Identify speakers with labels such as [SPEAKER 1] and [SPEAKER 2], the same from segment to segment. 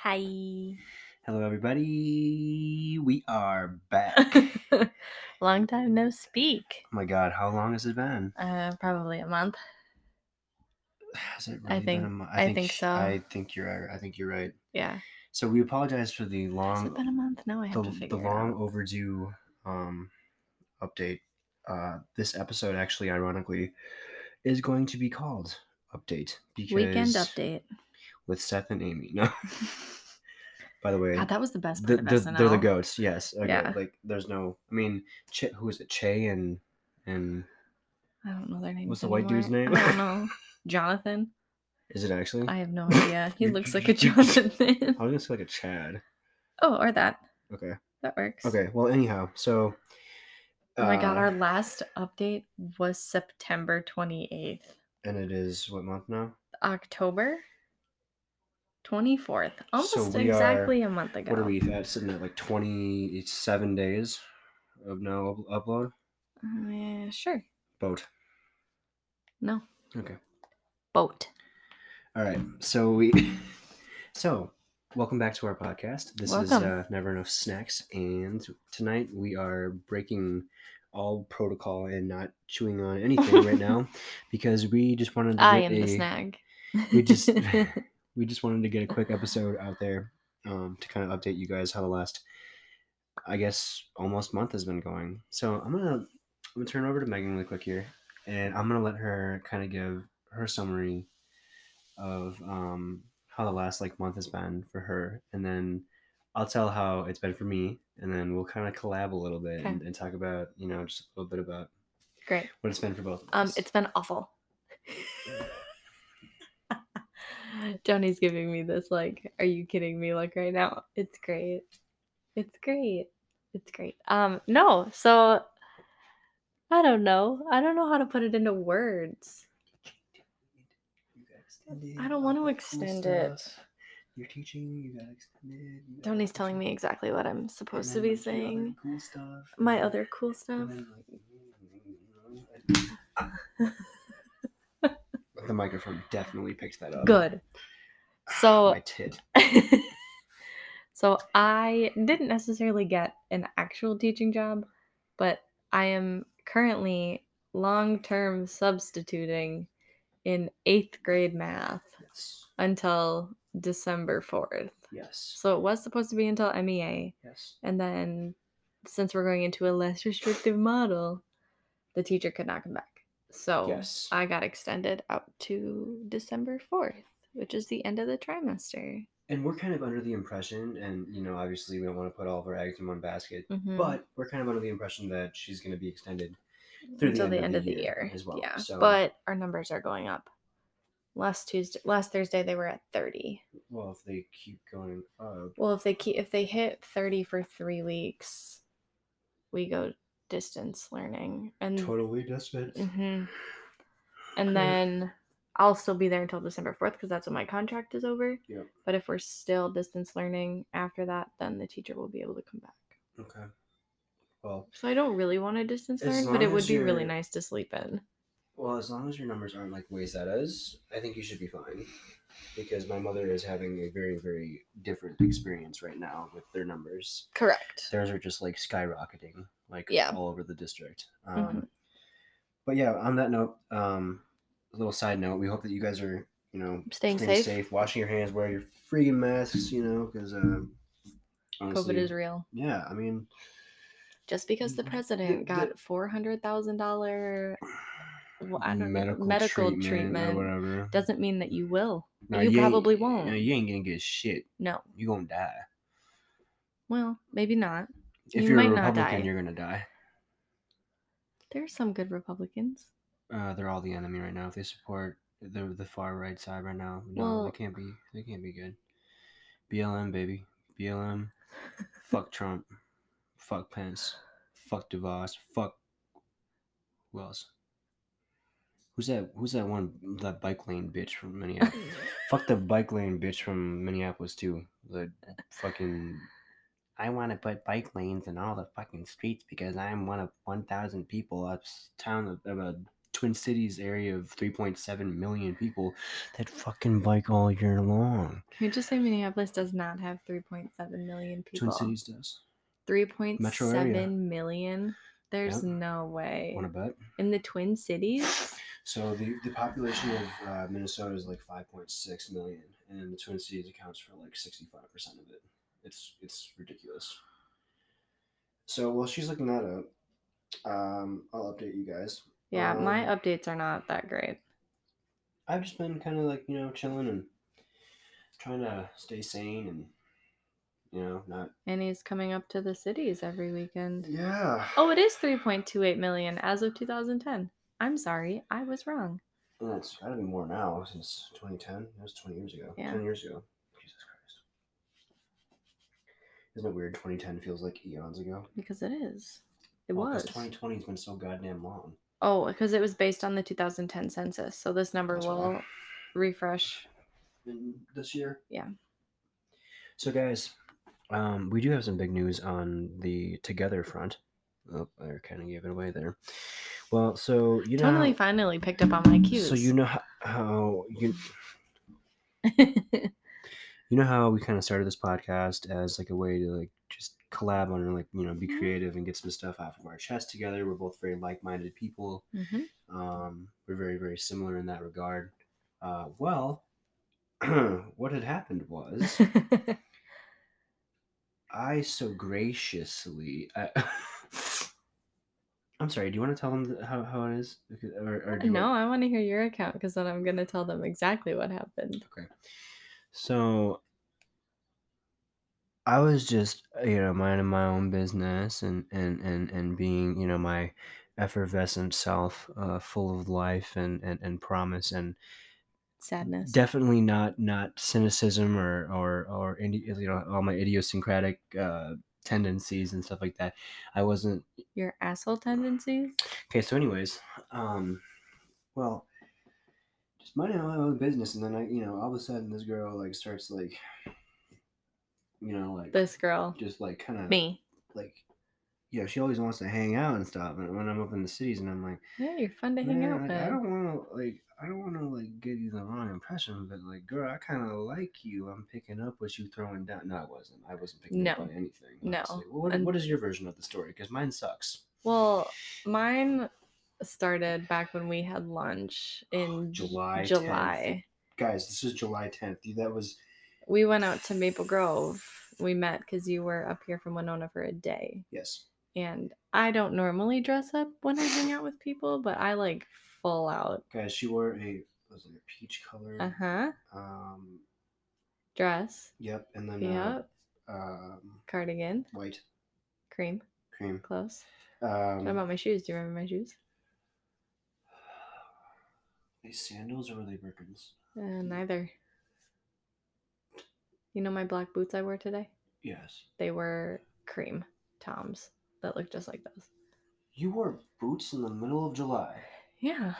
[SPEAKER 1] Hi.
[SPEAKER 2] Hello, everybody. We are back. oh
[SPEAKER 1] Long time no speak.
[SPEAKER 2] my God, how long has it been?
[SPEAKER 1] Uh, probably a month.
[SPEAKER 2] Has it
[SPEAKER 1] I
[SPEAKER 2] really
[SPEAKER 1] think-
[SPEAKER 2] been a month?
[SPEAKER 1] I think so.
[SPEAKER 2] I think you're. I think you're right.
[SPEAKER 1] Yeah.
[SPEAKER 2] So we apologize for the
[SPEAKER 1] Has it
[SPEAKER 2] long,
[SPEAKER 1] been a month? Now I have to
[SPEAKER 2] Um, the, the
[SPEAKER 1] figure
[SPEAKER 2] long
[SPEAKER 1] it out.
[SPEAKER 2] overdue um, update. Uh, this episode, actually, ironically, is going to be called update because
[SPEAKER 1] Weekend update.
[SPEAKER 2] with Seth and Amy. No, by the way,
[SPEAKER 1] God, that was the best
[SPEAKER 2] the,
[SPEAKER 1] part
[SPEAKER 2] the,
[SPEAKER 1] of SNL.
[SPEAKER 2] they're the goats. Yes. Okay.
[SPEAKER 1] Yeah.
[SPEAKER 2] Like, there's no. I mean, Che, who is it? Che and and
[SPEAKER 1] I don't know their names.
[SPEAKER 2] What's the white dude's
[SPEAKER 1] anymore.
[SPEAKER 2] name?
[SPEAKER 1] I don't know. Jonathan.
[SPEAKER 2] is it actually?
[SPEAKER 1] I have no idea. He
[SPEAKER 2] You-
[SPEAKER 1] looks
[SPEAKER 2] you-
[SPEAKER 1] like a
[SPEAKER 2] you-
[SPEAKER 1] Jonathan.
[SPEAKER 2] I was gonna say like a Chad.
[SPEAKER 1] oh, or that.
[SPEAKER 2] Okay.
[SPEAKER 1] That works.
[SPEAKER 2] Okay. Well, anyhow, so.
[SPEAKER 1] Oh my god,
[SPEAKER 2] uh,
[SPEAKER 1] our last update was September 28th.
[SPEAKER 2] and it is what month now?
[SPEAKER 1] October 24th. Almost
[SPEAKER 2] we are-
[SPEAKER 1] exactly a month ago.
[SPEAKER 2] What are we at? Sitting at like twenty-seven days of no up- upload.
[SPEAKER 1] Uh, sure.
[SPEAKER 2] Boat.
[SPEAKER 1] No.
[SPEAKER 2] Okay.
[SPEAKER 1] Boat.
[SPEAKER 2] All right. So we. So, welcome back to our podcast. This is
[SPEAKER 1] Welcome.
[SPEAKER 2] uh, Never Enough Snacks, and tonight we are breaking all protocol and not chewing on anything right now because we just wanted to
[SPEAKER 1] I
[SPEAKER 2] get
[SPEAKER 1] am the
[SPEAKER 2] a-
[SPEAKER 1] snag.
[SPEAKER 2] we just we just wanted to get a quick episode out there um, to kind of update you guys how the last i guess almost month has been going so i'm gonna i'm gonna turn over to megan really quick here and i'm gonna let her kind of give her summary of um, how the last like month has been for her and then i'll tell how it's been for me and then we'll kind of collab a little bit
[SPEAKER 1] Okay.
[SPEAKER 2] and, and talk about you know just a little bit about
[SPEAKER 1] Great.
[SPEAKER 2] what it's been for both of
[SPEAKER 1] Um,
[SPEAKER 2] us
[SPEAKER 1] it's been awful. Tony's giving me this like, are you kidding me? Like right now, it's great. It's great. It's great. Um, no. So I don't know. I don't know how to put it into words.
[SPEAKER 2] You gotta extend it,
[SPEAKER 1] I don't
[SPEAKER 2] all
[SPEAKER 1] wanna
[SPEAKER 2] that cool
[SPEAKER 1] extend it.
[SPEAKER 2] stuff. You're teaching. You gotta extend it. you gotta
[SPEAKER 1] Tony's
[SPEAKER 2] teach
[SPEAKER 1] telling
[SPEAKER 2] it,
[SPEAKER 1] me exactly what I'm
[SPEAKER 2] and
[SPEAKER 1] supposed to
[SPEAKER 2] then,
[SPEAKER 1] be
[SPEAKER 2] like, your other
[SPEAKER 1] saying.
[SPEAKER 2] cool stuff, and
[SPEAKER 1] My
[SPEAKER 2] then-
[SPEAKER 1] other cool
[SPEAKER 2] and
[SPEAKER 1] stuff.
[SPEAKER 2] then, like, The microphone definitely picked that up.
[SPEAKER 1] Good. Oh. So
[SPEAKER 2] My tit.
[SPEAKER 1] so I didn't necessarily get an actual teaching job, but I am currently long-term substituting in 8th grade math
[SPEAKER 2] Yes.
[SPEAKER 1] until December 4th.
[SPEAKER 2] Yes.
[SPEAKER 1] So it was supposed to be until MEA
[SPEAKER 2] Yes.
[SPEAKER 1] and then since we're going into a less restrictive model, the teacher could not come back. So
[SPEAKER 2] Yes.
[SPEAKER 1] I got extended out to December 4th, which is the end of the trimester.
[SPEAKER 2] And we're kind of under the impression, and you know, obviously, we don't want to put all of our eggs in one basket,
[SPEAKER 1] Mhm.
[SPEAKER 2] but we're kind of under the impression that she's going to be extended through
[SPEAKER 1] until the, end, of the year,
[SPEAKER 2] as well.
[SPEAKER 1] Yeah,
[SPEAKER 2] So-
[SPEAKER 1] but our numbers are going up. Last Tuesday, last Thursday, they were at 30.
[SPEAKER 2] Well, if they keep going up,
[SPEAKER 1] Well, if they keep if they hit 30 for three weeks, we go distance learning, and
[SPEAKER 2] totally desperate.
[SPEAKER 1] hmm and then I'll still be there until December 4th because that's when my contract is over.
[SPEAKER 2] Yep.
[SPEAKER 1] But if we're still distance learning after that, then the teacher will be able to come back.
[SPEAKER 2] Okay. Well,
[SPEAKER 1] So I don't really want to distance
[SPEAKER 2] As
[SPEAKER 1] learn, but it
[SPEAKER 2] long
[SPEAKER 1] would
[SPEAKER 2] as
[SPEAKER 1] be really
[SPEAKER 2] you're-
[SPEAKER 1] nice to sleep in.
[SPEAKER 2] well, as long as your numbers aren't like Wayzetta's, I think you should be fine. Because my mother is having a very, very different experience right now with their numbers.
[SPEAKER 1] Correct.
[SPEAKER 2] Theirs are just like skyrocketing, like
[SPEAKER 1] Yeah. Mm-hmm.
[SPEAKER 2] all over the district. Um, But yeah, on that note, um, a little side note, we hope that you guys are, you know,
[SPEAKER 1] Staying
[SPEAKER 2] staying
[SPEAKER 1] safe.
[SPEAKER 2] safe, washing your hands, wear your freaking masks, you know, because um, honestly,
[SPEAKER 1] COVID is real.
[SPEAKER 2] yeah, I mean,
[SPEAKER 1] Just because the
[SPEAKER 2] The-
[SPEAKER 1] president
[SPEAKER 2] Mm, the-
[SPEAKER 1] got four hundred thousand dollar
[SPEAKER 2] medical,
[SPEAKER 1] medical, medical
[SPEAKER 2] treatment,
[SPEAKER 1] treatment,
[SPEAKER 2] or whatever.
[SPEAKER 1] doesn't mean that you will.
[SPEAKER 2] No,
[SPEAKER 1] you
[SPEAKER 2] ain't-
[SPEAKER 1] probably
[SPEAKER 2] No,
[SPEAKER 1] won't.
[SPEAKER 2] you ain't gonna get shit.
[SPEAKER 1] No.
[SPEAKER 2] You gonna die.
[SPEAKER 1] Well, maybe not.
[SPEAKER 2] If
[SPEAKER 1] You
[SPEAKER 2] you are
[SPEAKER 1] might
[SPEAKER 2] a
[SPEAKER 1] not
[SPEAKER 2] Republican,
[SPEAKER 1] die.
[SPEAKER 2] you're gonna die.
[SPEAKER 1] There's some good Republicans.
[SPEAKER 2] Uh, they're all the enemy right now. If they support the the far right side right now, no,
[SPEAKER 1] Well-
[SPEAKER 2] they can't be. They can't be good. BLM baby, BLM. fuck Trump. Fuck Pence. Fuck DeVos. Fuck. Who else? Who's that? Who's that one? That bike lane bitch from Minneapolis. fuck the bike lane bitch from Minneapolis too. The fucking. I want to put bike lanes in all the fucking streets because I'm one of one thousand people uptown of a Twin Cities area of 3.7 million people that fucking bike all year long.
[SPEAKER 1] Can we just say Minneapolis does not have 3.7 million people?
[SPEAKER 2] Twin Cities does.
[SPEAKER 1] 3.7 million? There's
[SPEAKER 2] Yep.
[SPEAKER 1] no way.
[SPEAKER 2] Want to bet?
[SPEAKER 1] In the Twin Cities?
[SPEAKER 2] So the, the population of uh, Minnesota is like 5.6 million, and the Twin Cities accounts for like 65% of it. It's it's ridiculous. So while she's looking that up, um, I'll update you guys.
[SPEAKER 1] Yeah, my
[SPEAKER 2] Um,
[SPEAKER 1] updates are not that great.
[SPEAKER 2] I've just been kind of like you know chilling and trying to stay sane and you know not.
[SPEAKER 1] And he's coming up to the cities every weekend.
[SPEAKER 2] Yeah.
[SPEAKER 1] Oh, it is 3.28 million as of 2010. I'm sorry, I was wrong.
[SPEAKER 2] And it's gotta be more now since 2010. That was 20 years ago.
[SPEAKER 1] Yeah.
[SPEAKER 2] 10 years ago. Jesus Christ. Isn't it weird? 2010 feels like eons ago.
[SPEAKER 1] Because it is. It
[SPEAKER 2] Well, 'cause
[SPEAKER 1] was.
[SPEAKER 2] 2020 has been so goddamn long.
[SPEAKER 1] Oh, because it was based on the 2010 census. So this number
[SPEAKER 2] That's
[SPEAKER 1] will
[SPEAKER 2] why.
[SPEAKER 1] refresh.
[SPEAKER 2] In this year.
[SPEAKER 1] Yeah.
[SPEAKER 2] So guys, um, we do have some big news on the Together front. Oh, I kind of gave it away there. Well, so you know, how-
[SPEAKER 1] Totally finally picked up on my cues.
[SPEAKER 2] so you know how, how you you know how we kind of started this podcast as like a way to like just collab on and like you know be
[SPEAKER 1] Mhm.
[SPEAKER 2] creative and get some stuff off of our chest together we're both very like-minded people
[SPEAKER 1] Mhm.
[SPEAKER 2] um, we're very very similar in that regard uh, well what had happened was i so graciously I, i'm sorry do you want to tell them th- how, how it is Because- or, or do you want-
[SPEAKER 1] no, I want to hear your account because then I'm going to tell them exactly what happened.
[SPEAKER 2] Okay. So I was just, you know, minding my own business and and and and being, you know, my effervescent self, uh, full of life and and and promise and
[SPEAKER 1] Sadness.
[SPEAKER 2] definitely not not cynicism or or or any you know all my idiosyncratic uh tendencies and stuff like that. I wasn't
[SPEAKER 1] your asshole tendencies?
[SPEAKER 2] Okay, so anyways, um, well, just minding my own business, and then I, you know, all of a sudden this girl like starts like, you know, like
[SPEAKER 1] This girl.
[SPEAKER 2] just like kind of
[SPEAKER 1] Me.
[SPEAKER 2] like, you know, she always wants to hang out and stuff. And when I'm up in the cities, and I'm like,
[SPEAKER 1] Yeah, you're fun to hang
[SPEAKER 2] "Man,
[SPEAKER 1] out
[SPEAKER 2] like,
[SPEAKER 1] with.
[SPEAKER 2] I don't want to like, I don't want to like give you the wrong impression, but like, girl, I kind of like you. I'm picking up what you throwing down. No, I wasn't. I wasn't picking up
[SPEAKER 1] No.
[SPEAKER 2] on anything.
[SPEAKER 1] No.
[SPEAKER 2] honestly. Well, what,
[SPEAKER 1] And-
[SPEAKER 2] what is your version of the story? Because mine sucks.
[SPEAKER 1] Well, mine started back when we had lunch in
[SPEAKER 2] Oh, July 10th.
[SPEAKER 1] July.
[SPEAKER 2] guys this is july 10th Dude, that was
[SPEAKER 1] We went out to Maple Grove. We met because you were up here from Winona for a day.
[SPEAKER 2] yes
[SPEAKER 1] And I don't normally dress up when I hang out with people, but I like full out.
[SPEAKER 2] guys she wore a was it a peach color
[SPEAKER 1] Uh huh.
[SPEAKER 2] um
[SPEAKER 1] Dress.
[SPEAKER 2] yep and then uh,
[SPEAKER 1] Yep.
[SPEAKER 2] um
[SPEAKER 1] Cardigan.
[SPEAKER 2] white
[SPEAKER 1] Cream.
[SPEAKER 2] cream
[SPEAKER 1] Close. What
[SPEAKER 2] um
[SPEAKER 1] about my shoes? Do you remember my shoes?
[SPEAKER 2] these sandals or were they Birkins?
[SPEAKER 1] Uh, neither. You know my black boots I wore today?
[SPEAKER 2] yes
[SPEAKER 1] They were cream toms that look just like those.
[SPEAKER 2] you wore boots in the middle of july
[SPEAKER 1] Yeah.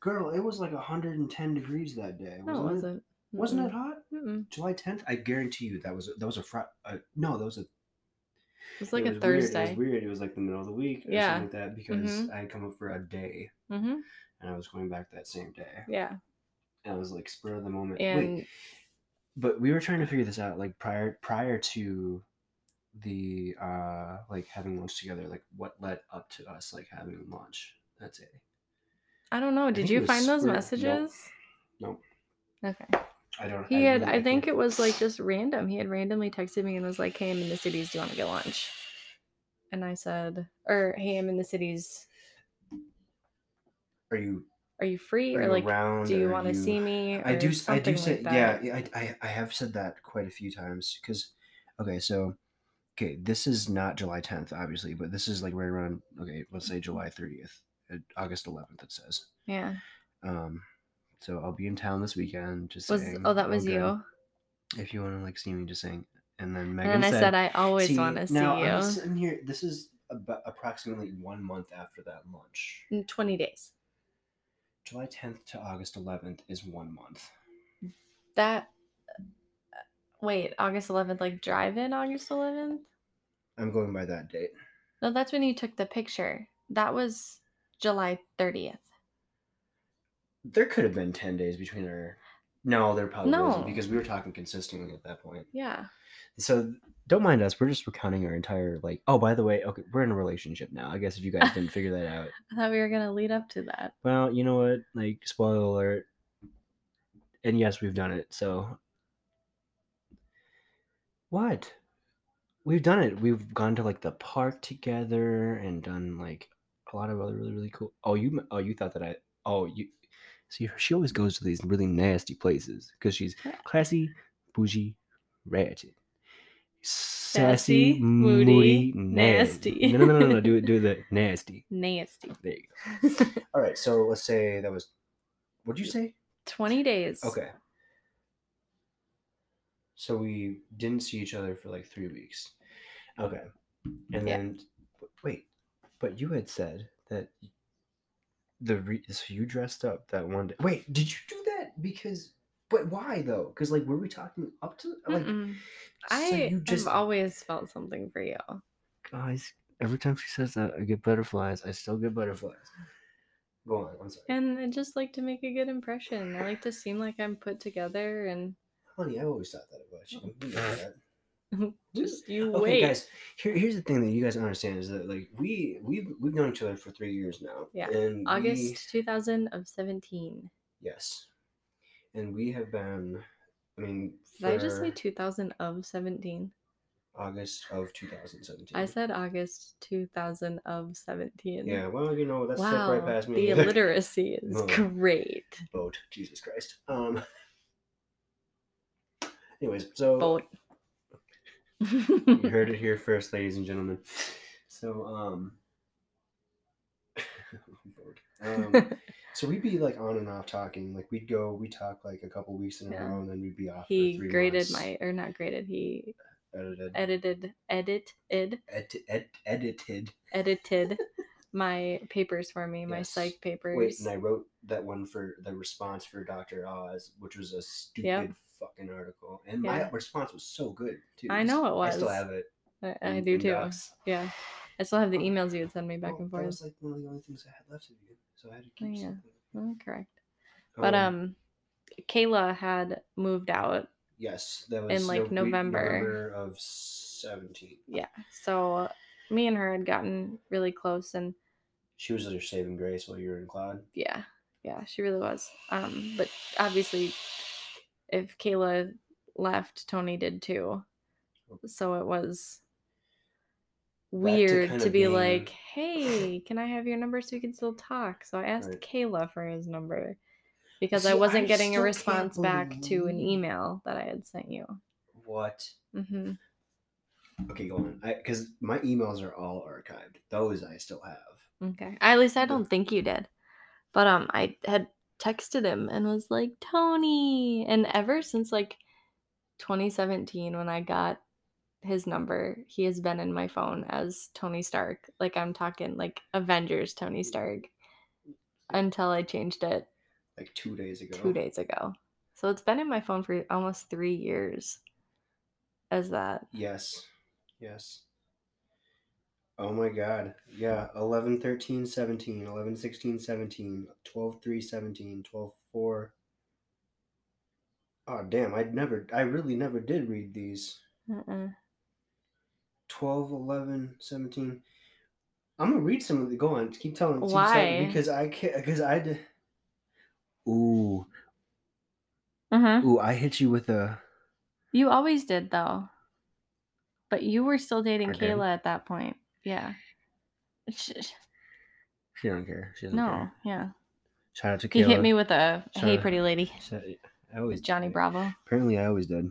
[SPEAKER 2] girl it was like 110 degrees that day
[SPEAKER 1] No, Oh, it Mm-hmm.
[SPEAKER 2] wasn't
[SPEAKER 1] wasn't.
[SPEAKER 2] it wasn't
[SPEAKER 1] Mm-mm.
[SPEAKER 2] it hot
[SPEAKER 1] Mm-mm.
[SPEAKER 2] july 10th i guarantee you that was a, that was a fr- uh, no that was a
[SPEAKER 1] It was like
[SPEAKER 2] it
[SPEAKER 1] a
[SPEAKER 2] was weird.
[SPEAKER 1] Thursday.
[SPEAKER 2] it was weird it was like the middle of the week or
[SPEAKER 1] Yeah.
[SPEAKER 2] something like that because
[SPEAKER 1] Mhm.
[SPEAKER 2] i had come up for a day
[SPEAKER 1] hmm
[SPEAKER 2] and I was going back that same day.
[SPEAKER 1] Yeah.
[SPEAKER 2] And I was like spur of the moment.
[SPEAKER 1] And
[SPEAKER 2] Wait, but we were trying to figure this out like prior prior to the uh like having lunch together, like what led up to us like having lunch that day.
[SPEAKER 1] I don't know. Did
[SPEAKER 2] think it
[SPEAKER 1] you
[SPEAKER 2] was
[SPEAKER 1] find those
[SPEAKER 2] spring- nope.
[SPEAKER 1] messages?
[SPEAKER 2] Nope.
[SPEAKER 1] Okay.
[SPEAKER 2] I don't
[SPEAKER 1] He had,
[SPEAKER 2] really-
[SPEAKER 1] I think
[SPEAKER 2] can't-
[SPEAKER 1] it was like just random. He had randomly texted me and was like, hey, I'm in the cities. Do you want to get lunch? And I said, or hey, I'm in the cities.
[SPEAKER 2] Are you
[SPEAKER 1] Are you free?
[SPEAKER 2] are
[SPEAKER 1] or
[SPEAKER 2] you
[SPEAKER 1] like,
[SPEAKER 2] around?
[SPEAKER 1] do you
[SPEAKER 2] Are
[SPEAKER 1] want to see me?
[SPEAKER 2] I
[SPEAKER 1] or
[SPEAKER 2] do s- I
[SPEAKER 1] something
[SPEAKER 2] do say
[SPEAKER 1] like that.
[SPEAKER 2] yeah, yeah, I, I I have said that quite a few times cuz okay, so okay, this is not July 10th obviously, but this is like right around okay, let's say July 30th, uh, August 11th it says.
[SPEAKER 1] Yeah.
[SPEAKER 2] Um, so I'll be in town this weekend. Just
[SPEAKER 1] Was
[SPEAKER 2] saying,
[SPEAKER 1] oh that was
[SPEAKER 2] good.
[SPEAKER 1] you?
[SPEAKER 2] If you want to like see me, just saying. And then Megan
[SPEAKER 1] And then I said I always
[SPEAKER 2] "See-
[SPEAKER 1] want to see
[SPEAKER 2] now, I'm
[SPEAKER 1] you.
[SPEAKER 2] sitting here. This is about approximately one month after that lunch.
[SPEAKER 1] In Twenty days.
[SPEAKER 2] July 10th to August 11th is one month.
[SPEAKER 1] That. uh, Wait, August 11th, like drive in August 11th?
[SPEAKER 2] I'm going by that date.
[SPEAKER 1] No, that's when you took the picture. That was July 30th.
[SPEAKER 2] there could have been 10 days between our. No, there probably
[SPEAKER 1] No.
[SPEAKER 2] wasn't because we were talking consistently at that point.
[SPEAKER 1] Yeah.
[SPEAKER 2] So don't mind us. We're just recounting our entire, like, oh, by the way, okay, we're in a relationship now. I guess if you guys didn't figure that out.
[SPEAKER 1] I thought we were gonna lead up to that.
[SPEAKER 2] Well, you know what? Like, spoiler alert. And yes, we've done it. So, what? We've done it. We've gone to like the park together and done like a lot of other really really cool. Oh, you m- oh you thought that I oh you see she always goes to these really nasty places because she's
[SPEAKER 1] Yeah.
[SPEAKER 2] classy, bougie, ratchet,
[SPEAKER 1] Sassy,
[SPEAKER 2] sassy,
[SPEAKER 1] moody,
[SPEAKER 2] moody, nasty.
[SPEAKER 1] nasty.
[SPEAKER 2] No, no, no, no, no. Do it. Do the nasty.
[SPEAKER 1] Nasty.
[SPEAKER 2] There you go. All right, so let's say that was. What'd you say?
[SPEAKER 1] Twenty days.
[SPEAKER 2] Okay. So we didn't see each other for like three weeks. Okay, and
[SPEAKER 1] Yeah.
[SPEAKER 2] then w- wait, but you had said that y- the re- so you dressed up that one day. Wait, did you do that because? But why though? Because like, were we talking up to like?
[SPEAKER 1] Mm-mm.
[SPEAKER 2] so
[SPEAKER 1] I
[SPEAKER 2] you just
[SPEAKER 1] have always felt something for you.
[SPEAKER 2] guys. Every time she says that, I get butterflies. I still get butterflies. Go on. I'm sorry.
[SPEAKER 1] And I just like to make a good impression. I like to seem like I'm put together and
[SPEAKER 2] Honey, I always thought that about you. You know that.
[SPEAKER 1] just you
[SPEAKER 2] okay,
[SPEAKER 1] wait.
[SPEAKER 2] guys. Here, here's the thing that you guys don't understand is that like we we've we've known each other for three years now.
[SPEAKER 1] Yeah,
[SPEAKER 2] And we-
[SPEAKER 1] August 2000 of 17.
[SPEAKER 2] yes. And we have been. I mean,
[SPEAKER 1] Did I just say
[SPEAKER 2] for
[SPEAKER 1] 2000 of 17?
[SPEAKER 2] August of 2017.
[SPEAKER 1] I said August 2000 of 17.
[SPEAKER 2] Yeah. Well, you know that
[SPEAKER 1] wow.
[SPEAKER 2] slipped right past me.
[SPEAKER 1] The illiteracy is
[SPEAKER 2] No.
[SPEAKER 1] great.
[SPEAKER 2] Boat. Jesus Christ. Um. Anyways, so
[SPEAKER 1] Boat.
[SPEAKER 2] Oh. you heard it here first, ladies and gentlemen. So, um, I'm bored. um so we'd be like on and off talking. Like we'd go, we talk like a couple weeks in a
[SPEAKER 1] Yeah.
[SPEAKER 2] row, and then we'd be off.
[SPEAKER 1] he
[SPEAKER 2] for three
[SPEAKER 1] graded
[SPEAKER 2] months.
[SPEAKER 1] my, or not graded, he
[SPEAKER 2] edited,
[SPEAKER 1] edited, edited,
[SPEAKER 2] Ed- ed- edited.
[SPEAKER 1] edited my papers for me, my
[SPEAKER 2] Yes.
[SPEAKER 1] psych papers.
[SPEAKER 2] Wait, and I wrote that one for the response for Doctor Oz, which was a stupid fucking article, and my
[SPEAKER 1] Yeah.
[SPEAKER 2] response was so good too.
[SPEAKER 1] I know it
[SPEAKER 2] I still
[SPEAKER 1] was.
[SPEAKER 2] have it.
[SPEAKER 1] I, I
[SPEAKER 2] in-
[SPEAKER 1] do
[SPEAKER 2] in
[SPEAKER 1] too.
[SPEAKER 2] docs.
[SPEAKER 1] Yeah. I still have the emails you would send me back
[SPEAKER 2] Oh,
[SPEAKER 1] and
[SPEAKER 2] That
[SPEAKER 1] forth.
[SPEAKER 2] was like one of the only things I had left of you, so I had to
[SPEAKER 1] Oh,
[SPEAKER 2] keep.
[SPEAKER 1] yeah.
[SPEAKER 2] something.
[SPEAKER 1] Oh, correct. But
[SPEAKER 2] Um,
[SPEAKER 1] um Kayla had moved out.
[SPEAKER 2] Yes, that was
[SPEAKER 1] in, like,
[SPEAKER 2] no- we-
[SPEAKER 1] November.
[SPEAKER 2] November of seventeen.
[SPEAKER 1] Yeah. So me and her had gotten really close and
[SPEAKER 2] She was your saving grace while you were in Cloud.
[SPEAKER 1] yeah. Yeah, she really was. Um but obviously if Kayla left, Tony did too. So it was weird
[SPEAKER 2] kind
[SPEAKER 1] to,
[SPEAKER 2] of
[SPEAKER 1] be
[SPEAKER 2] being-
[SPEAKER 1] like, "Hey, can I have your number so we can still talk?" So I asked
[SPEAKER 2] Right.
[SPEAKER 1] Kayla for his number because I
[SPEAKER 2] See,
[SPEAKER 1] wasn't
[SPEAKER 2] I
[SPEAKER 1] getting a
[SPEAKER 2] still can't
[SPEAKER 1] response back to an
[SPEAKER 2] believe-
[SPEAKER 1] email that I had sent you.
[SPEAKER 2] What?
[SPEAKER 1] hmm
[SPEAKER 2] Okay, go on. Because my emails are all archived. Those I still have.
[SPEAKER 1] Okay. At least I
[SPEAKER 2] Okay.
[SPEAKER 1] don't think you did. But um I had texted him and was like, "Tony." And ever since like 2017 when I got his number, he has been in my phone as Tony Stark. Like I'm talking like Avengers Tony Stark until I changed it
[SPEAKER 2] Like two days ago.
[SPEAKER 1] 2 days ago. So it's been in my phone for almost 3 years as that.
[SPEAKER 2] Yes. Yes. Oh my god. Yeah. 11, 13, 17, 11, 16, 17, 12, 3, 17, 12, 4. Oh, damn. I'd never, I really never did read these.
[SPEAKER 1] Uh-uh.
[SPEAKER 2] 12, 11, 17. I'm gonna read some of the. Go on, keep telling. keep saying-
[SPEAKER 1] Why?
[SPEAKER 2] Because I can't. Because I. d- Ooh,
[SPEAKER 1] Uh-huh.
[SPEAKER 2] ooh! I hit you with a.
[SPEAKER 1] You always did though. But you were still dating
[SPEAKER 2] I did?
[SPEAKER 1] Kayla at that point. Yeah. Sh- sh-
[SPEAKER 2] She don't care. She doesn't
[SPEAKER 1] No,
[SPEAKER 2] care.
[SPEAKER 1] yeah.
[SPEAKER 2] Shout out to Kayla.
[SPEAKER 1] He hit me with a hey
[SPEAKER 2] Shut-
[SPEAKER 1] pretty lady.
[SPEAKER 2] Shout- I always
[SPEAKER 1] With Johnny Bravo.
[SPEAKER 2] Apparently, I always did.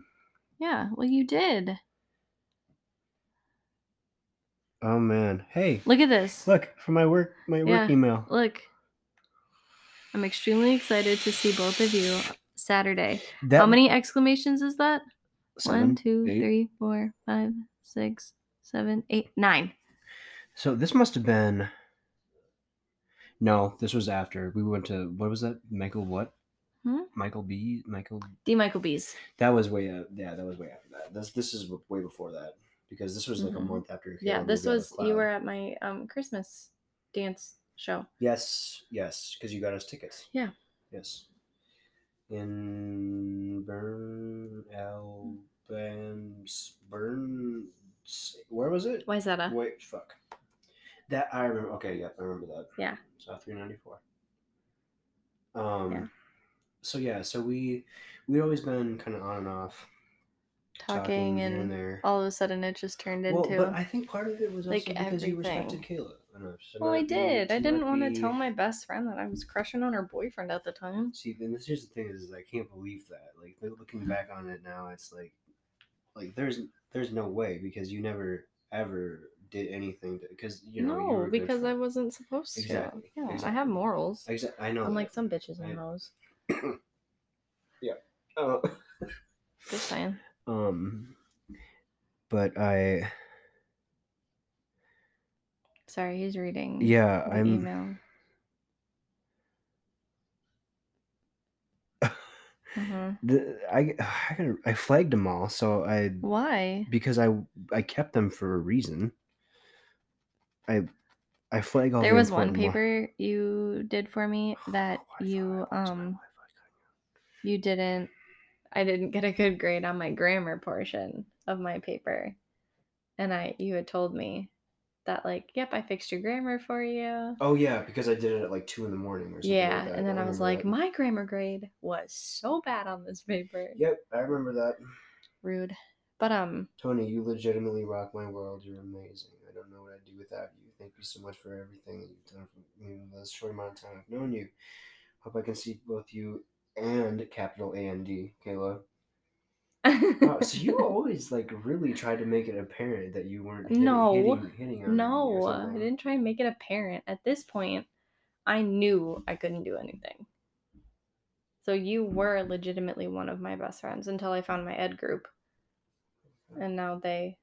[SPEAKER 1] Yeah, well you did.
[SPEAKER 2] Oh man! Hey,
[SPEAKER 1] Look at this.
[SPEAKER 2] look for my work. My work
[SPEAKER 1] Yeah.
[SPEAKER 2] email.
[SPEAKER 1] Look. I'm extremely excited to see both of you Saturday.
[SPEAKER 2] That,
[SPEAKER 1] How many exclamations is that? One,
[SPEAKER 2] seven,
[SPEAKER 1] two,
[SPEAKER 2] eight.
[SPEAKER 1] three, four, five, six, seven, eight, nine.
[SPEAKER 2] So this must have been. No, this was after we went to what was that? Michael what?
[SPEAKER 1] Hmm?
[SPEAKER 2] Michael B. Michael
[SPEAKER 1] D. Michael B's.
[SPEAKER 2] That was way uh, yeah, that was way after that. This this is way before that because this was like a
[SPEAKER 1] Mhm.
[SPEAKER 2] month after. Halo
[SPEAKER 1] Yeah,
[SPEAKER 2] moved
[SPEAKER 1] this
[SPEAKER 2] out of
[SPEAKER 1] was you
[SPEAKER 2] cloud.
[SPEAKER 1] were at my um Christmas dance show.
[SPEAKER 2] Yes, yes, because you got us tickets.
[SPEAKER 1] Yeah.
[SPEAKER 2] Yes. In Bern, Albans, Bern, where was it?
[SPEAKER 1] Wayzata.
[SPEAKER 2] Wait, fuck. That I remember. Okay, yeah, I remember that.
[SPEAKER 1] Yeah.
[SPEAKER 2] So three ninety four. Um.
[SPEAKER 1] Yeah.
[SPEAKER 2] So yeah, so we we'd always been kind of on and off
[SPEAKER 1] Talking,
[SPEAKER 2] here
[SPEAKER 1] and
[SPEAKER 2] there.
[SPEAKER 1] all of a sudden it just turned
[SPEAKER 2] Well,
[SPEAKER 1] into.
[SPEAKER 2] but I think part of it was also
[SPEAKER 1] like,
[SPEAKER 2] because you respected
[SPEAKER 1] everything.
[SPEAKER 2] Kayla enough. So
[SPEAKER 1] well, I
[SPEAKER 2] not be-
[SPEAKER 1] did. I
[SPEAKER 2] not
[SPEAKER 1] didn't want
[SPEAKER 2] be-
[SPEAKER 1] to tell my best friend that I was crushing on her boyfriend at the time.
[SPEAKER 2] See, then this here's the thing is, I can't believe that. Like look- looking
[SPEAKER 1] Mm-hmm.
[SPEAKER 2] back on it now, it's like, like there's there's no way because you never ever did anything because you know. you
[SPEAKER 1] no,
[SPEAKER 2] were a good
[SPEAKER 1] because I
[SPEAKER 2] friend.
[SPEAKER 1] wasn't supposed
[SPEAKER 2] Exactly,
[SPEAKER 1] to. Yeah, I have
[SPEAKER 2] exactly.
[SPEAKER 1] morals.
[SPEAKER 2] Exa- I know.
[SPEAKER 1] Unlike
[SPEAKER 2] that.
[SPEAKER 1] some bitches on
[SPEAKER 2] I-
[SPEAKER 1] those.
[SPEAKER 2] Uh,
[SPEAKER 1] Just saying.
[SPEAKER 2] um, but I
[SPEAKER 1] Sorry, he's reading.
[SPEAKER 2] yeah
[SPEAKER 1] the
[SPEAKER 2] I'm
[SPEAKER 1] Email. hmm
[SPEAKER 2] the, I I gotta- I flagged them all so I
[SPEAKER 1] Why?
[SPEAKER 2] because I I kept them for a reason. I I flag all.
[SPEAKER 1] there
[SPEAKER 2] the
[SPEAKER 1] was one
[SPEAKER 2] important Oh, wa-
[SPEAKER 1] paper you did for me that
[SPEAKER 2] Wi-Fi,
[SPEAKER 1] you
[SPEAKER 2] where's my
[SPEAKER 1] um
[SPEAKER 2] Wi-Fi going?
[SPEAKER 1] you didn't I didn't get a good grade on my grammar portion of my paper. And I you had told me that like, yep, I fixed your grammar for you.
[SPEAKER 2] Oh yeah, because I did it at like two in the morning or something.
[SPEAKER 1] yeah,
[SPEAKER 2] like that.
[SPEAKER 1] and then I, was like,
[SPEAKER 2] remember
[SPEAKER 1] my grammar grade was so bad on this paper.
[SPEAKER 2] that. Yep, I remember that.
[SPEAKER 1] Rude. But um
[SPEAKER 2] Tony, you legitimately rock my world. You're amazing. I don't know what I'd do without you. Thank you so much for everything that you've done for me in this short amount of time I've known you. Hope I can see both you and capital A and D, Kayla. Wow, so you always like really tried to make it apparent that you weren't hitting,
[SPEAKER 1] No.
[SPEAKER 2] hitting, hitting on me or
[SPEAKER 1] No, I
[SPEAKER 2] something.
[SPEAKER 1] didn't try and make it apparent. At this point, I knew I couldn't do anything. So you were legitimately one of my best friends until I found my ed group. And now they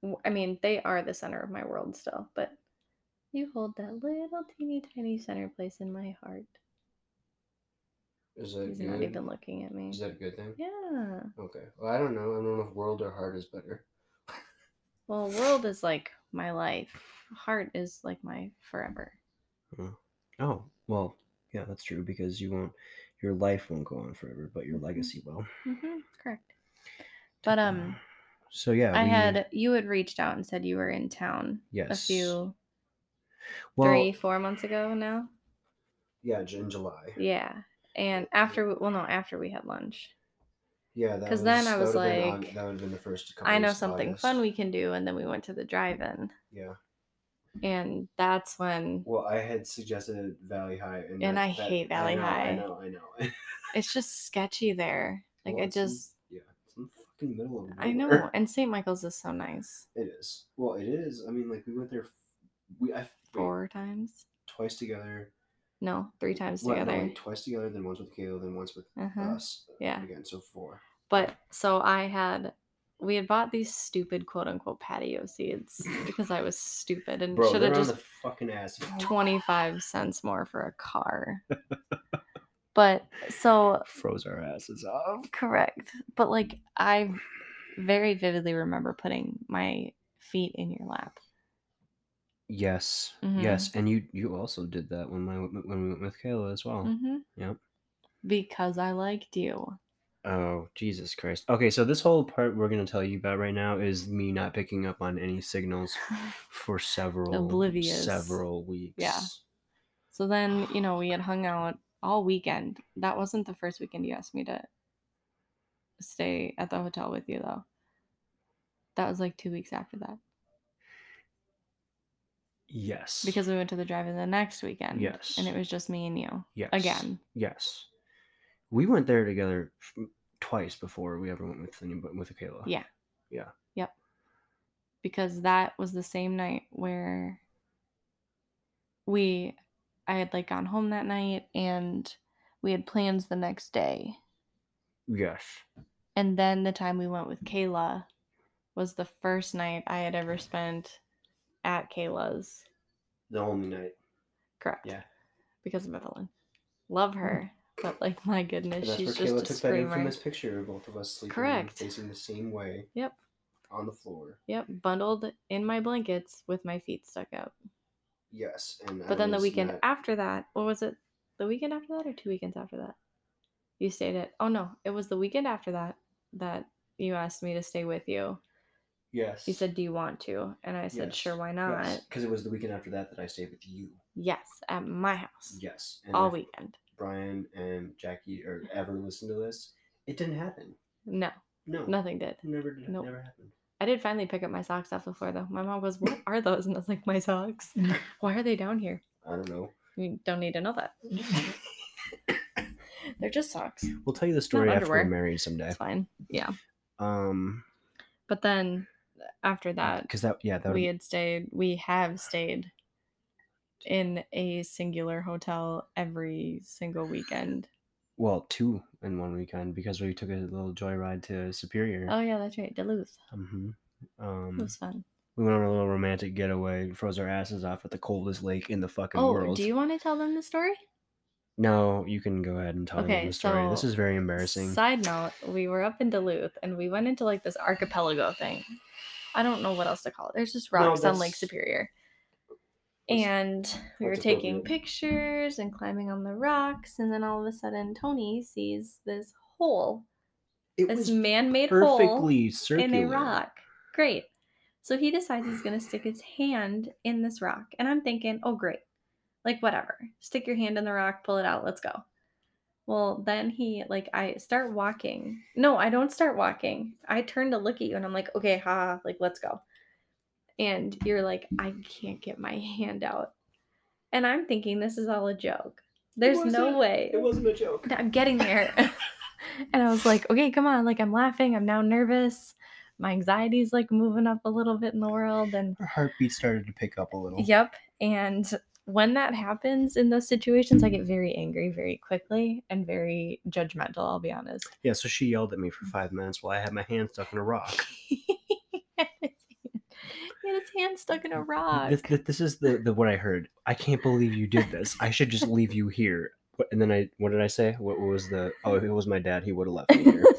[SPEAKER 1] w- I mean, they are the center of my world still, but you hold that little teeny tiny center place in my heart.
[SPEAKER 2] Is that
[SPEAKER 1] He's
[SPEAKER 2] good?
[SPEAKER 1] not even looking at me.
[SPEAKER 2] Is that a good thing?
[SPEAKER 1] Yeah.
[SPEAKER 2] Okay. Well, I don't know. I don't know if world or heart is better.
[SPEAKER 1] Well, world is like my life. Heart is like my forever.
[SPEAKER 2] Oh, well, yeah, that's true because you won't your life won't go on forever, but your
[SPEAKER 1] Mhm.
[SPEAKER 2] legacy will.
[SPEAKER 1] hmm correct. But um
[SPEAKER 2] so yeah,
[SPEAKER 1] I
[SPEAKER 2] we-
[SPEAKER 1] had you had reached out and said you were in town
[SPEAKER 2] yes.
[SPEAKER 1] a few
[SPEAKER 2] well,
[SPEAKER 1] three four months ago now.
[SPEAKER 2] yeah, j- in July.
[SPEAKER 1] Yeah, and after we, well no after we had lunch,
[SPEAKER 2] Yeah, that
[SPEAKER 1] 'Cause then I
[SPEAKER 2] that
[SPEAKER 1] was
[SPEAKER 2] would've been on-
[SPEAKER 1] like,
[SPEAKER 2] that would have been the first couple
[SPEAKER 1] I know
[SPEAKER 2] weeks of
[SPEAKER 1] something
[SPEAKER 2] August.
[SPEAKER 1] fun we can do, and then we went to the drive-in,
[SPEAKER 2] Yeah.
[SPEAKER 1] and that's when
[SPEAKER 2] Well, I had suggested Valley High and
[SPEAKER 1] And
[SPEAKER 2] that-
[SPEAKER 1] I
[SPEAKER 2] that-
[SPEAKER 1] hate Valley
[SPEAKER 2] know,
[SPEAKER 1] High.
[SPEAKER 2] I know, I know.
[SPEAKER 1] it's just sketchy there. Like
[SPEAKER 2] Well,
[SPEAKER 1] I
[SPEAKER 2] it's in-
[SPEAKER 1] just
[SPEAKER 2] yeah, it's in the fucking middle of
[SPEAKER 1] I
[SPEAKER 2] nowhere.
[SPEAKER 1] know, and St. Michael's is so nice.
[SPEAKER 2] It is. Well, it is. I mean, like we went there f- we I wait,
[SPEAKER 1] Four times,
[SPEAKER 2] twice together.
[SPEAKER 1] no, three times
[SPEAKER 2] Well, no,
[SPEAKER 1] together.
[SPEAKER 2] like, twice together, then once with Kayla, then once with
[SPEAKER 1] uh-huh.
[SPEAKER 2] us.
[SPEAKER 1] Yeah.
[SPEAKER 2] Again, so four.
[SPEAKER 1] But so I had we had bought these stupid quote unquote patio seeds because I was stupid and
[SPEAKER 2] Bro,
[SPEAKER 1] should
[SPEAKER 2] they're
[SPEAKER 1] have just
[SPEAKER 2] on the fucking ass.
[SPEAKER 1] 25 cents more for a car. but so
[SPEAKER 2] Froze our asses off.
[SPEAKER 1] correct. But like I very vividly remember putting my feet in your lap.
[SPEAKER 2] Yes,
[SPEAKER 1] Mhm.
[SPEAKER 2] yes, and you you also did that when my when we went with Kayla as well.
[SPEAKER 1] Mhm.
[SPEAKER 2] Oh, Yep.
[SPEAKER 1] Because I liked you.
[SPEAKER 2] Oh Jesus Christ! Okay, so this whole part we're gonna tell you about right now is me not picking up on any signals for several
[SPEAKER 1] Oblivious.
[SPEAKER 2] several weeks.
[SPEAKER 1] Yeah. so then, you know, we had hung out all weekend. That wasn't the first weekend you asked me to stay at the hotel with you though. That was like 2 weeks after that
[SPEAKER 2] Yes.
[SPEAKER 1] because we went to the drive-in the next weekend.
[SPEAKER 2] Yes.
[SPEAKER 1] And it was just me and you
[SPEAKER 2] yes
[SPEAKER 1] again.
[SPEAKER 2] yes, we went there together f- twice before we ever went with anybody with Kayla.
[SPEAKER 1] Yeah. because that was the same night where we I had like gone home that night and we had plans the next day.
[SPEAKER 2] Yes.
[SPEAKER 1] And then the time we went with Kayla was the first night I had ever spent at Kayla's.
[SPEAKER 2] The only night.
[SPEAKER 1] Correct.
[SPEAKER 2] Yeah.
[SPEAKER 1] Because of Evelyn. Love her. But like my
[SPEAKER 2] And
[SPEAKER 1] goodness,
[SPEAKER 2] that's
[SPEAKER 1] she's
[SPEAKER 2] where Kayla
[SPEAKER 1] just a
[SPEAKER 2] took that
[SPEAKER 1] screamer.
[SPEAKER 2] infamous picture of both of us sleeping
[SPEAKER 1] Correct.
[SPEAKER 2] facing the same way
[SPEAKER 1] Yep.
[SPEAKER 2] on the floor.
[SPEAKER 1] Yep. Bundled in my blankets with my feet stuck out.
[SPEAKER 2] Yes, and I
[SPEAKER 1] But then the
[SPEAKER 2] was
[SPEAKER 1] weekend
[SPEAKER 2] not-
[SPEAKER 1] after that, what was it? the weekend after that or two weekends after that? You stayed at oh no, it was the weekend after that that you asked me to stay with you.
[SPEAKER 2] Yes.
[SPEAKER 1] You said, "Do you want to?" And I said,
[SPEAKER 2] Yes.
[SPEAKER 1] "Sure, why not?" Yes,
[SPEAKER 2] Because it was the weekend after that that I stayed with you.
[SPEAKER 1] at my house
[SPEAKER 2] Yes. And
[SPEAKER 1] all
[SPEAKER 2] if
[SPEAKER 1] weekend.
[SPEAKER 2] Brian and Jackie or Evan listened to this, it didn't happen.
[SPEAKER 1] No,
[SPEAKER 2] No.
[SPEAKER 1] nothing did.
[SPEAKER 2] Never did.
[SPEAKER 1] Nope.
[SPEAKER 2] Never happened.
[SPEAKER 1] I did finally pick up my socks off the floor though. My mom goes, "What are those?" And I was like, "My socks. Why are they down here?"
[SPEAKER 2] I don't know.
[SPEAKER 1] You don't need to know that. They're just socks.
[SPEAKER 2] We'll tell you the story after we're
[SPEAKER 1] underwear.
[SPEAKER 2] married someday.
[SPEAKER 1] It's fine. Yeah.
[SPEAKER 2] Um,
[SPEAKER 1] But then after that,
[SPEAKER 2] because that yeah that
[SPEAKER 1] we
[SPEAKER 2] would
[SPEAKER 1] had stayed we have stayed in a singular hotel every single weekend
[SPEAKER 2] well two in one weekend because we took a little joyride to Superior.
[SPEAKER 1] oh yeah that's right duluth
[SPEAKER 2] hmm
[SPEAKER 1] it
[SPEAKER 2] Um,
[SPEAKER 1] was fun
[SPEAKER 2] we went on a little romantic getaway, froze our asses off at the coldest lake in the fucking
[SPEAKER 1] oh
[SPEAKER 2] world.
[SPEAKER 1] do you want to tell them the story
[SPEAKER 2] No, you can go ahead and tell them
[SPEAKER 1] Okay,
[SPEAKER 2] the story. this
[SPEAKER 1] so-
[SPEAKER 2] is very embarrassing.
[SPEAKER 1] side note we were up in duluth and we went into like this archipelago thing i don't know what else to call it there's just
[SPEAKER 2] No,
[SPEAKER 1] rocks on lake
[SPEAKER 2] that's-
[SPEAKER 1] superior
[SPEAKER 2] That's-
[SPEAKER 1] and we were
[SPEAKER 2] that's
[SPEAKER 1] taking
[SPEAKER 2] appropriate.
[SPEAKER 1] pictures and climbing on the rocks and then all of a sudden tony sees this hole
[SPEAKER 2] it
[SPEAKER 1] this
[SPEAKER 2] was
[SPEAKER 1] man-made hole
[SPEAKER 2] perfectly
[SPEAKER 1] in
[SPEAKER 2] circular.
[SPEAKER 1] a rock. Great. So he decides he's going to stick his hand in this rock. And I'm thinking, oh, great. Like, whatever. Stick your hand in the rock, pull it out, let's go. Well, then he, like, I start walking. No, I don't start walking. I turn to look at you and I'm like, okay, ha, like, let's go. And you're like, I can't get my hand out. And I'm thinking, this is all a joke. There's no
[SPEAKER 2] wasn't.
[SPEAKER 1] way.
[SPEAKER 2] It wasn't a joke.
[SPEAKER 1] No, I'm getting there. and I was like, okay, come on. Like, I'm laughing. I'm now nervous. My anxiety's like moving up a little bit in the world. And
[SPEAKER 2] Her heartbeat started to pick up a little.
[SPEAKER 1] yep. And when that happens in those situations, I get very angry very quickly and very judgmental, I'll be honest.
[SPEAKER 2] Yeah, so she yelled at me
[SPEAKER 1] Mm.
[SPEAKER 2] for five minutes while I had my hand stuck in a rock.
[SPEAKER 1] he had his hand stuck in a rock.
[SPEAKER 2] This, this, this is the, the what I heard. I can't believe you did this. I should just leave you here. What- And then I, what did I say? What was the? Oh, if it was my dad, he would have left me here.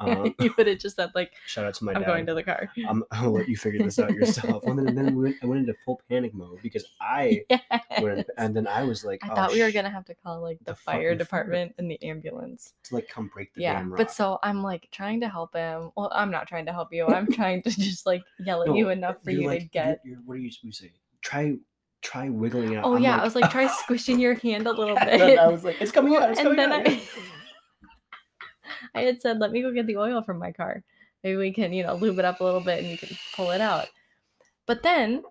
[SPEAKER 2] Um,
[SPEAKER 1] you would have just said, like,
[SPEAKER 2] Shout out to my
[SPEAKER 1] I'm
[SPEAKER 2] dad.
[SPEAKER 1] going to the car.
[SPEAKER 2] I'm, I'll let you figure this out yourself. And then, and then we went, I went into full panic mode because I went, in- and then I was like,
[SPEAKER 1] I
[SPEAKER 2] oh,
[SPEAKER 1] thought we were
[SPEAKER 2] sh-
[SPEAKER 1] gonna have to call like the,
[SPEAKER 2] The
[SPEAKER 1] fire
[SPEAKER 2] fucking fire.
[SPEAKER 1] department and the ambulance.
[SPEAKER 2] to like come break the
[SPEAKER 1] yeah,
[SPEAKER 2] damn rock.
[SPEAKER 1] but so I'm like trying to help him. Well, I'm not trying to help you. I'm trying to just like yell at
[SPEAKER 2] No,
[SPEAKER 1] you enough for
[SPEAKER 2] you're
[SPEAKER 1] you to
[SPEAKER 2] like- you're-
[SPEAKER 1] get.
[SPEAKER 2] you're- what do you we say? Try, try wiggling it out.
[SPEAKER 1] Oh
[SPEAKER 2] I'm
[SPEAKER 1] yeah, I was like try squishing your hand a little
[SPEAKER 2] And then
[SPEAKER 1] bit.
[SPEAKER 2] I was like, it's coming out. It's
[SPEAKER 1] and
[SPEAKER 2] coming
[SPEAKER 1] then
[SPEAKER 2] out.
[SPEAKER 1] I, I had said, let me go get the oil from my car. Maybe we can, you know, lube it up a little bit and you can pull it out. But then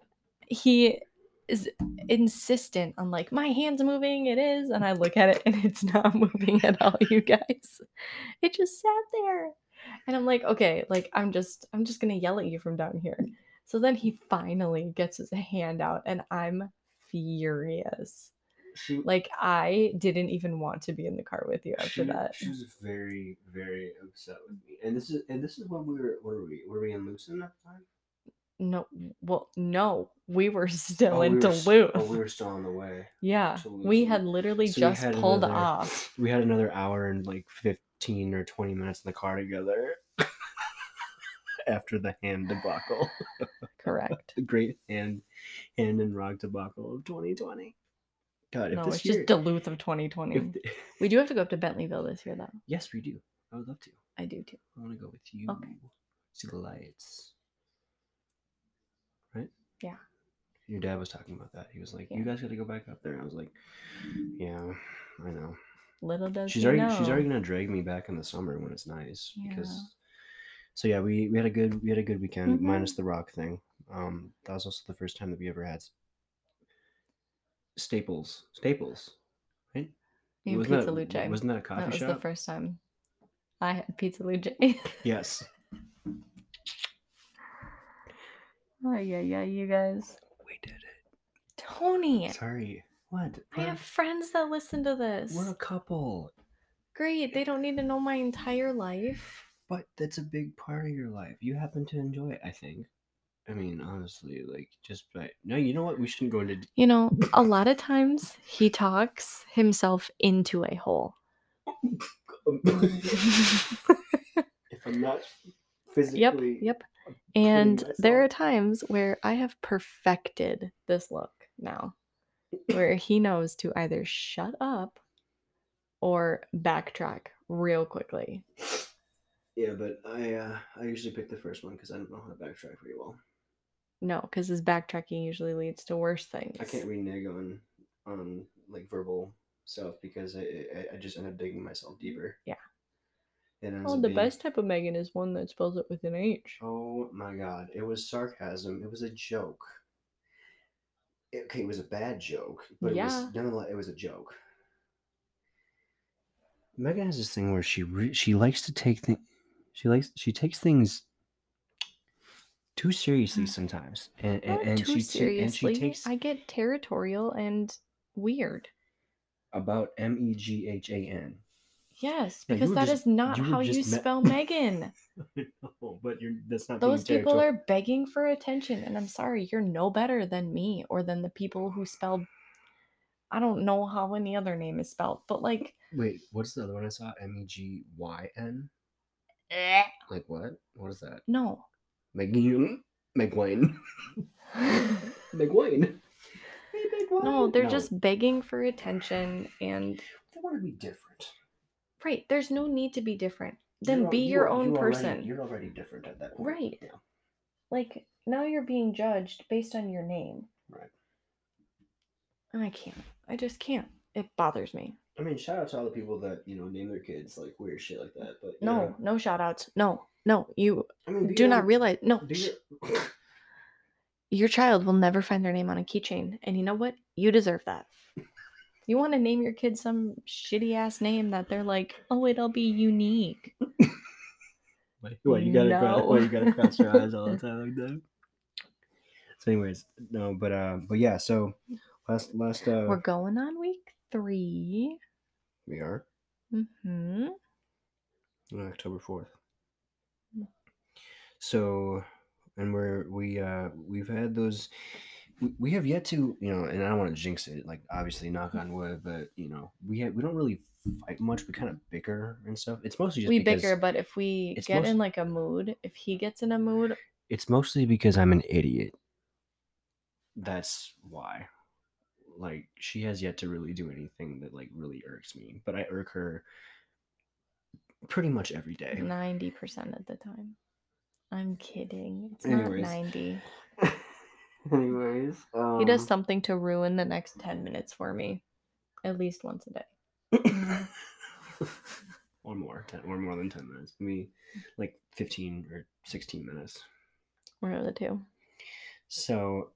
[SPEAKER 1] he is insistent on like, my hand's moving, it is. And I look at it and it's not moving at all, you guys. It just sat there. And I'm like, okay, like I'm just I'm just gonna yell at you from down here. So then he finally gets his hand out and I'm furious.
[SPEAKER 2] she,
[SPEAKER 1] Like I didn't even want to be in the car with you after
[SPEAKER 2] she,
[SPEAKER 1] that.
[SPEAKER 2] she was very, very upset with me. And this is, and this is when we were. What were we? Were we in Lucerne at the time?
[SPEAKER 1] No, well, no, we were still
[SPEAKER 2] Oh,
[SPEAKER 1] in
[SPEAKER 2] we were s-
[SPEAKER 1] Duluth.
[SPEAKER 2] Oh, we were still on the way.
[SPEAKER 1] yeah,
[SPEAKER 2] to
[SPEAKER 1] we
[SPEAKER 2] Lucerne.
[SPEAKER 1] had literally
[SPEAKER 2] So we
[SPEAKER 1] just
[SPEAKER 2] had
[SPEAKER 1] pulled
[SPEAKER 2] another-
[SPEAKER 1] off.
[SPEAKER 2] We had another hour and like fifteen or twenty minutes in the car together. After the hand debacle,
[SPEAKER 1] Correct.
[SPEAKER 2] the great hand, hand and rock debacle of 2020. God, if
[SPEAKER 1] no,
[SPEAKER 2] this
[SPEAKER 1] it's
[SPEAKER 2] year,
[SPEAKER 1] just Duluth of 2020.
[SPEAKER 2] if th-
[SPEAKER 1] we do have to go up to Bentleyville this year, though.
[SPEAKER 2] yes, we do. I would love to.
[SPEAKER 1] I do too.
[SPEAKER 2] I want to go with you.
[SPEAKER 1] Okay.
[SPEAKER 2] See the lights. Right?
[SPEAKER 1] Yeah.
[SPEAKER 2] Your dad was talking about that. He was like,
[SPEAKER 1] Yeah.
[SPEAKER 2] "You guys got to go back up there." I was like, "Yeah, I know."
[SPEAKER 1] Little does
[SPEAKER 2] she's
[SPEAKER 1] he
[SPEAKER 2] already
[SPEAKER 1] know.
[SPEAKER 2] she's already gonna drag me back in the summer when it's nice
[SPEAKER 1] Yeah.
[SPEAKER 2] because. So yeah, we, we had a good we had a good weekend
[SPEAKER 1] Mhm.
[SPEAKER 2] minus the rock thing. Um, that was also the first time that we ever had s- Staples Staples, right?
[SPEAKER 1] You
[SPEAKER 2] Wasn't
[SPEAKER 1] pizza
[SPEAKER 2] that,
[SPEAKER 1] Luce.
[SPEAKER 2] Wasn't that a coffee
[SPEAKER 1] that was
[SPEAKER 2] shop?
[SPEAKER 1] the first time I had pizza Luce. oh
[SPEAKER 2] Yes.
[SPEAKER 1] yeah, yeah, you guys.
[SPEAKER 2] We did it.
[SPEAKER 1] Tony,
[SPEAKER 2] Sorry. What?
[SPEAKER 1] I
[SPEAKER 2] We're-
[SPEAKER 1] have friends that listen to this.
[SPEAKER 2] We're a couple,
[SPEAKER 1] Great, they don't need to know my entire life.
[SPEAKER 2] but that's a big part of your life. You happen to enjoy it, I think. I mean, honestly, like just by no, you know what? We shouldn't go into. d-
[SPEAKER 1] You know, a lot of times he talks himself into a hole.
[SPEAKER 2] if I'm not
[SPEAKER 1] yep,
[SPEAKER 2] physically.
[SPEAKER 1] yep. And
[SPEAKER 2] myself.
[SPEAKER 1] there are times where I have perfected this look now, where he knows to either shut up or backtrack real quickly.
[SPEAKER 2] Yeah, but I uh, I usually pick the first one because I don't know how to backtrack very well.
[SPEAKER 1] No, because this backtracking usually leads to worse things.
[SPEAKER 2] I can't renege on on like verbal stuff because I I, I just end up digging myself deeper.
[SPEAKER 1] Yeah.
[SPEAKER 2] It ends
[SPEAKER 1] Well,
[SPEAKER 2] up
[SPEAKER 1] Oh, the
[SPEAKER 2] being-
[SPEAKER 1] best type of Megan is one that spells it with an H.
[SPEAKER 2] Oh my god! It was sarcasm. It was a joke. It- okay, it was a bad joke, but it
[SPEAKER 1] Yeah.
[SPEAKER 2] was nonetheless it was a joke. Megan has this thing where she re- she likes to take things she likes she takes things too seriously sometimes, and and,
[SPEAKER 1] Mm. Not
[SPEAKER 2] and
[SPEAKER 1] too
[SPEAKER 2] she ta- and
[SPEAKER 1] seriously.
[SPEAKER 2] she takes
[SPEAKER 1] I get territorial and weird.
[SPEAKER 2] about M E G H A N.
[SPEAKER 1] Yes,
[SPEAKER 2] Yeah, you
[SPEAKER 1] because
[SPEAKER 2] were
[SPEAKER 1] that is
[SPEAKER 2] just-
[SPEAKER 1] not
[SPEAKER 2] you were
[SPEAKER 1] how you
[SPEAKER 2] just me-
[SPEAKER 1] spell Megan.
[SPEAKER 2] No, Oh, but you're that's not
[SPEAKER 1] Those
[SPEAKER 2] being
[SPEAKER 1] people
[SPEAKER 2] territorial.
[SPEAKER 1] are begging for attention, and I'm sorry, you're no better than me or than the people who spelled. I don't know how any other name is spelled, but like,
[SPEAKER 2] Wait, what's the other one I saw? M E G Y N.
[SPEAKER 1] eh,
[SPEAKER 2] Like what? What is that?
[SPEAKER 1] no.
[SPEAKER 2] Megan McWayne.
[SPEAKER 1] no,
[SPEAKER 2] McWayne.
[SPEAKER 1] they're just begging for attention, and
[SPEAKER 2] They want to be different.
[SPEAKER 1] right, there's no need to be different. Then
[SPEAKER 2] You're al-
[SPEAKER 1] be
[SPEAKER 2] you
[SPEAKER 1] your
[SPEAKER 2] are-
[SPEAKER 1] own
[SPEAKER 2] you already-
[SPEAKER 1] person.
[SPEAKER 2] you're already different at that point.
[SPEAKER 1] Right.
[SPEAKER 2] Yeah.
[SPEAKER 1] Like, now you're being judged based on your name.
[SPEAKER 2] Right.
[SPEAKER 1] And I can't. I just can't. It bothers me.
[SPEAKER 2] I mean, shout out to all the people that you know name their kids like weird shit like that. But you
[SPEAKER 1] No,
[SPEAKER 2] know,
[SPEAKER 1] no shout outs. No, no, you
[SPEAKER 2] I mean, be
[SPEAKER 1] do
[SPEAKER 2] your
[SPEAKER 1] not
[SPEAKER 2] own-
[SPEAKER 1] realize. No,
[SPEAKER 2] Be
[SPEAKER 1] sh-
[SPEAKER 2] your,
[SPEAKER 1] your child will never find their name on a keychain. And you know what? You deserve that. You want to name your kid some shitty ass name that they're like, oh, it'll be unique.
[SPEAKER 2] Uh. Wait, what, you gotta cry,
[SPEAKER 1] No.
[SPEAKER 2] what, you gotta cross your eyes all the time like that. So, anyways, no, but uh, but yeah. So last last uh,
[SPEAKER 1] We're going on week 3
[SPEAKER 2] we are
[SPEAKER 1] Mm-hmm.
[SPEAKER 2] on October fourth. So, and we're we uh we've had those. we- We have yet to, you know, and I don't want to jinx it. Like, obviously, knock on wood, but you know, we ha- we don't really fight much. We kind of bicker and stuff. It's mostly just
[SPEAKER 1] We
[SPEAKER 2] because-
[SPEAKER 1] bicker, but if we
[SPEAKER 2] it's
[SPEAKER 1] get
[SPEAKER 2] most-
[SPEAKER 1] in like a mood, if he gets in a mood,
[SPEAKER 2] It's mostly because I'm an idiot. That's why. Like, she has yet to really do anything that like really irks me, but I irk her pretty much every day.
[SPEAKER 1] 90% of the time. I'm kidding. It's
[SPEAKER 2] Anyways.
[SPEAKER 1] not 90.
[SPEAKER 2] Anyways, um,
[SPEAKER 1] He does something to ruin the next 10 minutes for me at least once a day.
[SPEAKER 2] or more, ten, or more than ten minutes. I mean, like fifteen or sixteen minutes.
[SPEAKER 1] One of the two.
[SPEAKER 2] So,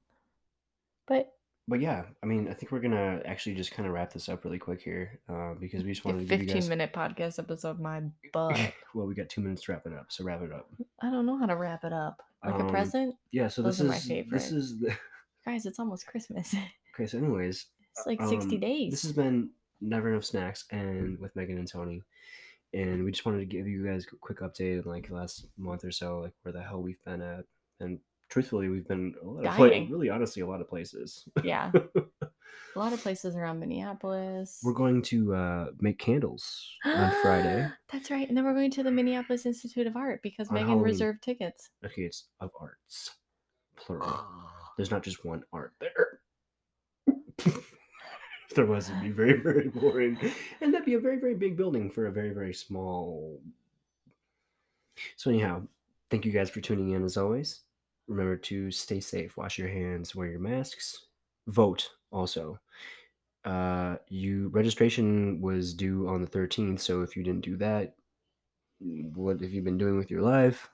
[SPEAKER 1] But
[SPEAKER 2] but yeah, I mean, I think we're gonna actually just kind of wrap this up really quick here, uh, because we just
[SPEAKER 1] a
[SPEAKER 2] wanted to give you
[SPEAKER 1] 15
[SPEAKER 2] guys.
[SPEAKER 1] minute podcast episode, my butt.
[SPEAKER 2] well, we got two minutes to wrap it up, so wrap it up.
[SPEAKER 1] I don't know how to wrap it up. Like
[SPEAKER 2] Um,
[SPEAKER 1] a present?
[SPEAKER 2] Yeah, so
[SPEAKER 1] Those
[SPEAKER 2] this
[SPEAKER 1] are my
[SPEAKER 2] is this
[SPEAKER 1] favorite.
[SPEAKER 2] is the
[SPEAKER 1] Guys, it's almost Christmas.
[SPEAKER 2] okay. So, anyways,
[SPEAKER 1] It's like 60
[SPEAKER 2] um,
[SPEAKER 1] days.
[SPEAKER 2] This has been Never Enough Snacks and with Megan and Tony. And we just wanted to give you guys a quick update on like the last month or so, like where the hell we've been at. And truthfully, we've been a lot of places,
[SPEAKER 1] Dying.
[SPEAKER 2] really honestly, a lot of places.
[SPEAKER 1] yeah. a lot of places around Minneapolis.
[SPEAKER 2] We're going to uh, make candles on Friday.
[SPEAKER 1] That's right. And then we're going to the Minneapolis Institute of Art because
[SPEAKER 2] On
[SPEAKER 1] Megan
[SPEAKER 2] Halloween.
[SPEAKER 1] reserved tickets.
[SPEAKER 2] Okay, it's of arts, plural. There's not just one art there. If there was, it'd be very, very boring. And that'd be a very, very big building for a very, very small. So, anyhow, thank you guys for tuning in as always. Remember to stay safe, wash your hands, wear your masks, vote also. Uh, you registration was due on the 13th, so if you didn't do that, what have you been doing with your life?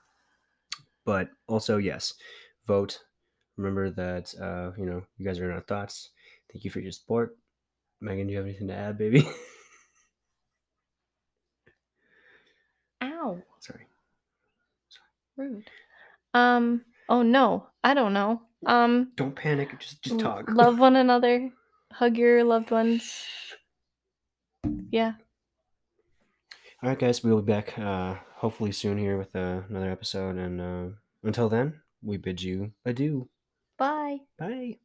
[SPEAKER 2] But also, yes, vote. Remember that uh, you know you guys are in our thoughts. Thank you for your support, Megan. Do you have anything to add, baby?
[SPEAKER 1] Ow.
[SPEAKER 2] Sorry.
[SPEAKER 1] Rude. Um, oh no. I don't know. Um,
[SPEAKER 2] Don't panic. Just just
[SPEAKER 1] L-
[SPEAKER 2] talk.
[SPEAKER 1] Love one another. Hug your loved ones. Yeah.
[SPEAKER 2] All right, guys. We'll be back uh, hopefully soon here with uh, another episode. And uh, until then, we bid you adieu.
[SPEAKER 1] Bye.
[SPEAKER 2] Bye.